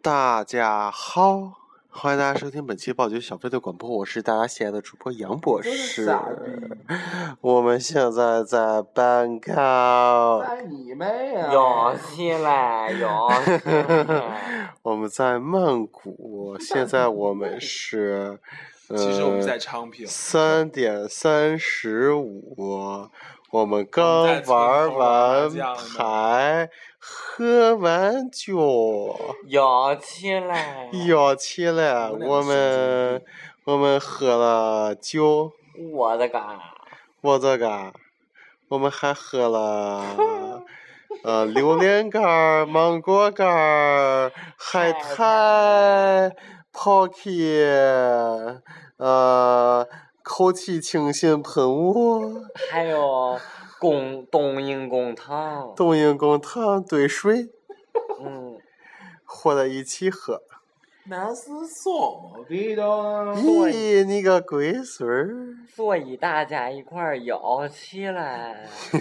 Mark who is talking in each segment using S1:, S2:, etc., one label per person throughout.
S1: 大家好，欢迎大家收听本期暴雪小飞的广播，我是大家喜爱的主播杨博
S2: 真
S1: 士
S2: 傻逼。
S1: 我们现在在班
S3: 呃
S1: 高，
S2: 在你妹啊！
S4: 有戏嘞，有戏嘞！
S1: 我们在曼谷，现在我们是，呃，
S3: 其实我们在昌平，
S1: 三点三十五，我们刚
S3: 在村
S1: 玩
S3: 头玩
S1: 完
S3: 麻将呢
S1: 牌，喝完酒。
S4: 有戏嘞！
S1: 有起来，我
S3: 我们俩
S1: 们我们喝了酒，
S4: 我的个，
S1: 我这个，我们还喝了呃榴莲干儿、芒果干儿、海
S4: 海
S1: 苔、泡 k 呃口气清新喷雾、
S4: 还有公冬阴公汤，
S1: 冬阴功糖兑水，
S4: 嗯，
S1: 和在一起喝。
S3: 南斯颂，
S2: 我逼的。
S3: 啊
S1: 咦，你个龟孙儿！
S4: 所以大家一块儿有戏嘞！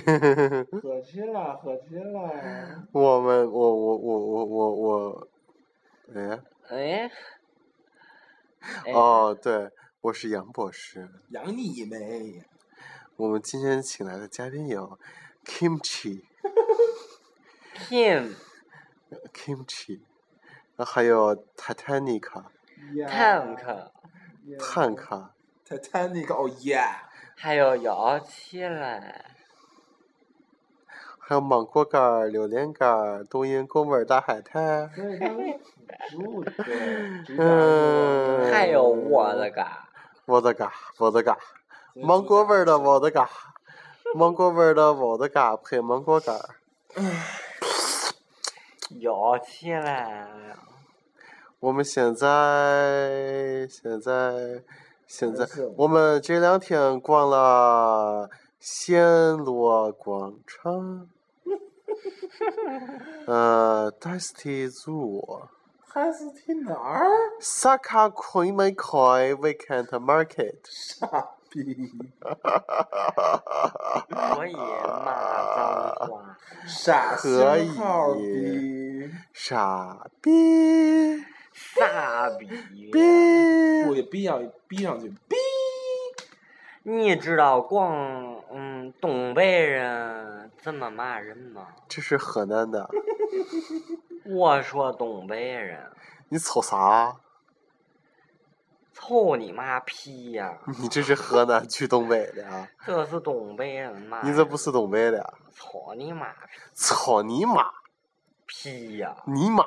S2: 可惜了，可惜了。
S1: 我们我我我我我我，哎
S4: 哎，哎，
S1: 哦，对，我是杨博士。
S3: 养你妹！
S1: 我们今天请来的嘉宾有 Kimchi
S4: Kim
S1: Kimchi，还有 Titanica
S4: 坦克，
S1: 探卡，
S3: Titanic，哦耶！
S4: 还有有戏嘞！
S1: 还有芒果干儿、榴莲干儿、冬阴功味儿大海苔。
S2: 所以他们 辅助的，直
S1: 嗯
S4: 还有我的个，
S1: 我的嘎，我的嘎，芒果味儿的我的嘎，芒果味儿的我的嘎配芒果干儿。
S4: 有戏嘞！
S1: 我们现在现在现在
S2: 是，
S1: 我们这两天逛了暹罗广场，呃，Dusty Zoo、
S2: 还是去哪儿？
S1: Saka Koi m a Koi Weekend Market，
S2: 傻逼，
S4: 所以骂脏话，
S2: 傻
S1: 可
S2: 信号
S1: 以
S2: 逼。
S1: 傻逼
S4: 傻逼！
S1: 逼
S3: 我给逼上，逼上去，逼！
S4: 你知道逛嗯东北人怎么骂人吗？
S1: 这是河南的，
S4: 我说东北人，
S1: 你瞅啥？
S4: 操你妈批 呀、
S1: 你这是河南去东北的啊？
S4: 这是东北人骂人。
S1: 你这不是东北的啊？
S4: 操你妈
S1: 操你妈！
S4: 批呀、
S1: 你妈！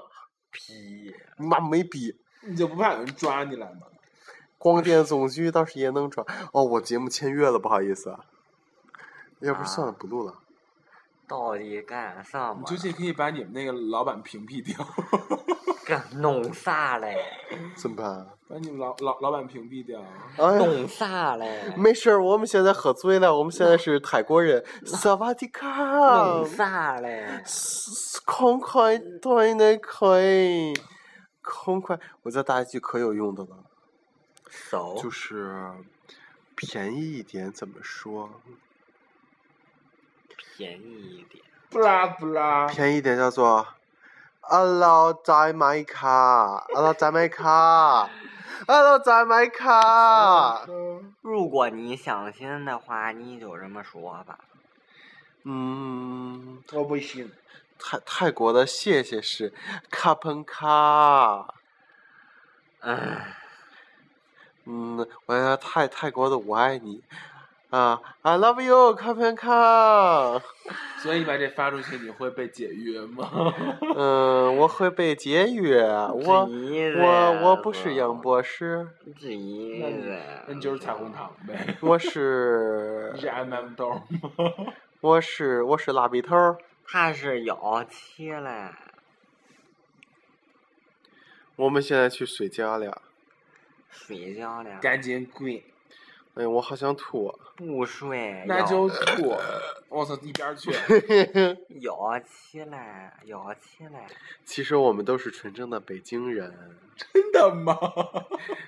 S4: 批！
S1: 你妈没逼！
S3: 你就不怕有人抓你来吗？
S1: 广电总局倒是也能抓。哦，我节目签约了，不好意思啊。要不
S4: 啊
S1: 算了，不录了。
S4: 到底干什
S3: 你
S4: 么？
S3: 最近可以把你们那个老板屏蔽掉，
S4: 干弄啥嘞？
S1: 怎么办啊？
S3: 把你们老老老板屏蔽掉。啊
S1: 哎呀，
S4: 弄啥嘞？
S1: 没事儿，我们现在喝醉了，我们现在是泰国人。萨瓦迪卡，
S4: 弄 啥嘞？
S1: 空快对那可以，空快，我再打一句可有用的了，
S4: 手
S1: 就是便宜一点怎么说？
S4: 便宜一点。
S2: 不啦不啦，
S1: 便宜一点叫做 “Hello Jamaica”，“Hello Jamaica”，“Hello
S3: 啊
S1: Jamaica”。
S4: 如果你相信的话，你就这么说吧。
S1: 嗯，
S2: 我不信。
S1: 泰泰国的谢谢是卡彭卡。
S4: 嗯，
S1: 嗯，我要泰泰国的我爱你啊，I love you，卡彭卡。
S3: 所以你把这发出去，你会被解约吗？
S1: 嗯，我会被解约，我我我不是杨
S4: 波，
S1: 博士，
S4: 这意
S3: 那你
S4: 思
S3: 那你就是彩虹糖呗。
S1: 我
S3: 你是
S1: 是
S3: MM 豆儿吗？
S1: 我是我是蜡笔头儿。
S4: 他是有气嘞，
S1: 我们现在去睡觉了。
S4: 睡觉了，
S3: 赶紧滚！
S1: 哎呀，我好想吐啊！
S4: 不睡，
S3: 那
S4: 有
S3: 就吐！我操，一边儿去！
S4: 有气嘞，有气嘞，
S1: 其实我们都是纯正的北京人，
S3: 真的吗？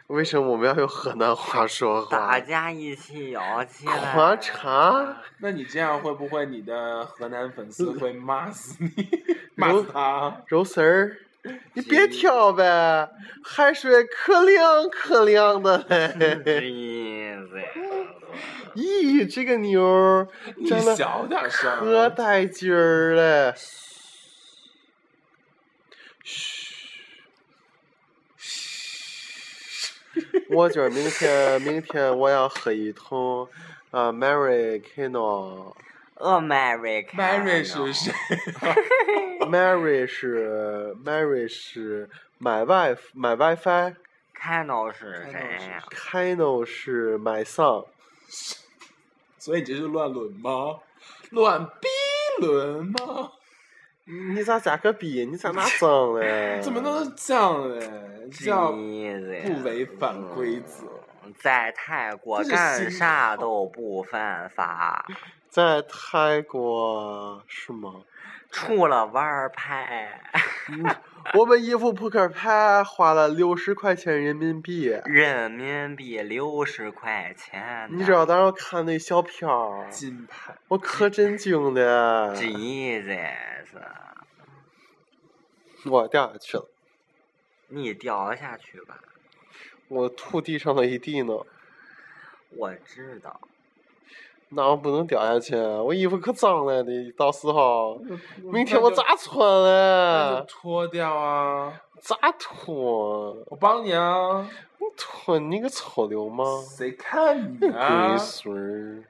S1: 为什么我们要用河南话说话
S4: 大？家一起有气嘞。
S1: 狂茶
S3: 那你这样会不 会你的河南粉丝会骂死你，骂死他？
S1: 柔丝儿，你别跳呗，海水可凉可凉的 嘞。
S4: Jesus，
S1: 咦，这个妞儿
S3: 你
S1: 长得
S3: 小点声
S1: 可
S3: 儿。
S1: 带劲儿了。嘘，我觉得明天明天我要喝一桶啊，Mary Kino，Mary
S4: America。
S3: Mary 是谁？
S1: 是 Mary 是 my wife my wifi。
S4: Cano 是谁呀？
S1: Kino 是 my son，
S3: 所以你这是乱伦吗？乱逼伦吗？
S1: 你咋加个 B？你咋那整嘞？
S3: 怎么能这样呢？这样
S4: Jesus，
S3: 不违反规则。
S4: 在泰国
S3: 这是
S4: 干
S3: 心
S4: 啥
S3: 跳
S4: 都不犯法，
S1: 在泰国是吗？
S4: 除了玩儿牌，
S1: 我们一副扑克牌花了六十块钱人民币。
S3: 嗯
S4: 人民币六十块钱呢。
S1: 你知道当时看那小片儿，
S3: 金牌
S1: 我可真惊了，
S4: Jesus，
S1: 我掉下去了，
S4: 你掉下去吧，
S1: 我吐地上了一地呢。
S4: 我知道。
S1: 那我不能掉下去，啊我衣服可脏了的，到时候明天我
S3: 咋
S1: 咋穿
S3: 嗯那就
S1: 嘞？
S3: 脱掉啊！
S1: 咋脱？
S3: 我帮你啊！
S1: 脱你个臭流氓！
S3: 谁看你啊
S1: 龟？孙儿，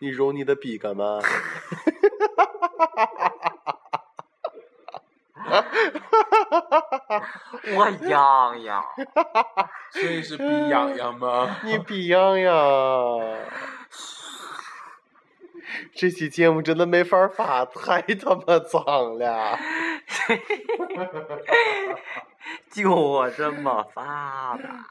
S1: 你揉你的笔干嘛？
S4: 我痒痒，
S3: 所以是逼痒痒吗？
S1: 你笔痒痒。这期节目真的没法发，太他妈脏了！
S4: 就我这么发吧。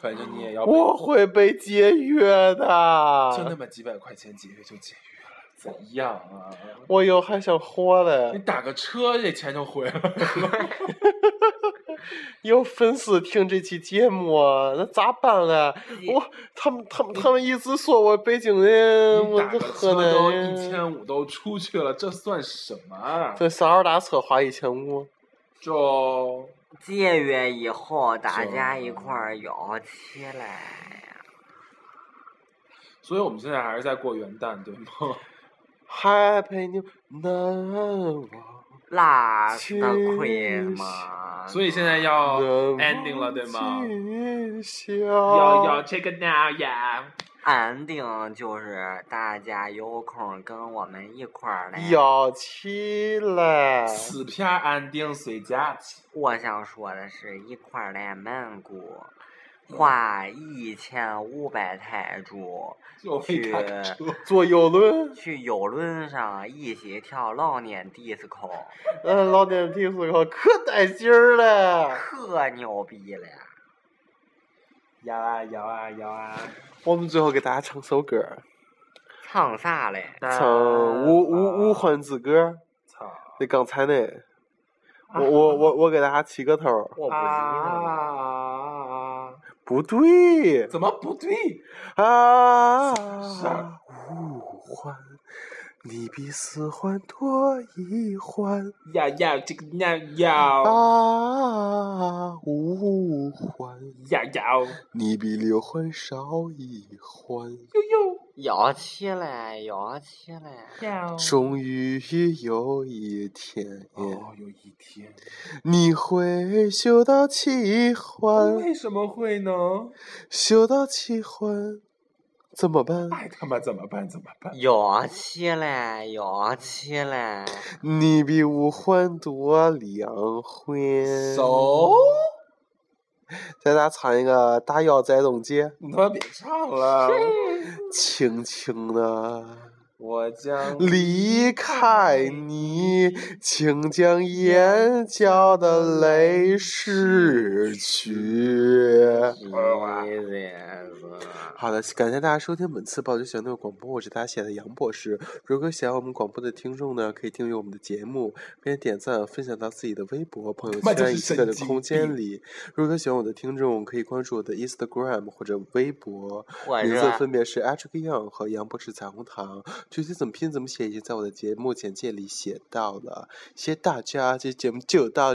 S3: 反正你也要被，
S1: 我会被解约
S3: 就那
S1: 的。
S3: 么几百块钱解约就解约了，怎样啊？
S1: 我以后还想活
S3: 你
S1: 嘞！
S3: 打个车这钱就回来了。
S1: 有粉丝听这期节目，啊那咋办嘞？我他们他们他们一直说我北京人，
S3: 你
S1: 我
S3: 打
S1: 这
S3: 个
S1: 河
S3: 车
S1: 南
S3: 都
S1: 人
S3: 一千五都出去了，这算什么啊？
S1: 这三号打车花一千五，
S3: 就
S4: 解约以后，大家一块儿摇起来呀！
S3: 所以我们现在还是在过元旦，对吗？
S1: 还陪你难
S3: 哦
S1: 忘。
S4: 那是的亏嘛。
S3: 所以现在要
S1: 难
S3: ending 了，对吗
S1: 忘？今宵
S3: 要要 check it now yeah。
S4: 安定就是大家有空跟我们一块儿来。
S1: 要起来，
S3: 此片安定随假期，
S4: 我想说的是，一块儿来曼谷，花一千五百泰铢
S3: 就为打个车
S4: 去。
S1: 坐游轮，
S4: 去游轮上一起跳老年 disco，
S1: 嗯，老年迪斯科可带劲儿了。
S4: 可牛逼了！
S3: 摇啊摇啊摇啊！
S1: 我们最后给大家唱首歌儿，
S4: 唱啥嘞？
S1: 唱《无无无欢之歌》。
S3: 操！
S1: 那刚才那，我我我我给大家起个头儿，
S4: 呃我不记得了。
S3: 啊！
S1: 不对
S3: 怎么不对？
S1: 啊
S3: 是啊！
S1: 五环，你比四环多一环。
S3: 要要这个要要
S1: 啊，五环，
S3: 要要！
S1: 你比六环少一环。
S4: 摇起来，摇起来！
S1: 终于有一天，
S3: 哦，有一天，
S1: 你会修到七环，
S3: 为什么会呢？
S1: 修到七环，怎么办？
S3: 哎他妈怎么办？怎么办？
S4: 摇起来，摇起 来！
S1: 你比五环多两环。
S3: 手，
S1: 再大家唱一个《大腰在东街
S3: 你他妈别唱了！》，
S1: 轻轻的。
S3: 我将
S1: 离开你，请将眼角的泪拭去。
S4: Jesus，
S1: 好的，感谢大家收听本次报纸小六广播，我是大家写的杨博士。如果喜欢我们广播的听众呢，可以订阅我们的节目，并且点赞、分享到自己的微博、朋友
S3: 那就
S1: 圈
S3: 是
S1: 以及各
S3: 神
S1: 种
S3: 经
S1: 空间
S3: 病
S1: 里。如果喜欢我的听众，可以关注我的 Instagram 或者微博。
S4: 我
S1: 名字
S4: 热
S1: 分别是 H K Young 和杨博士彩虹糖。具体怎么拼怎么写已经在我的节目简介里写到了，谢谢大家，这节目就到。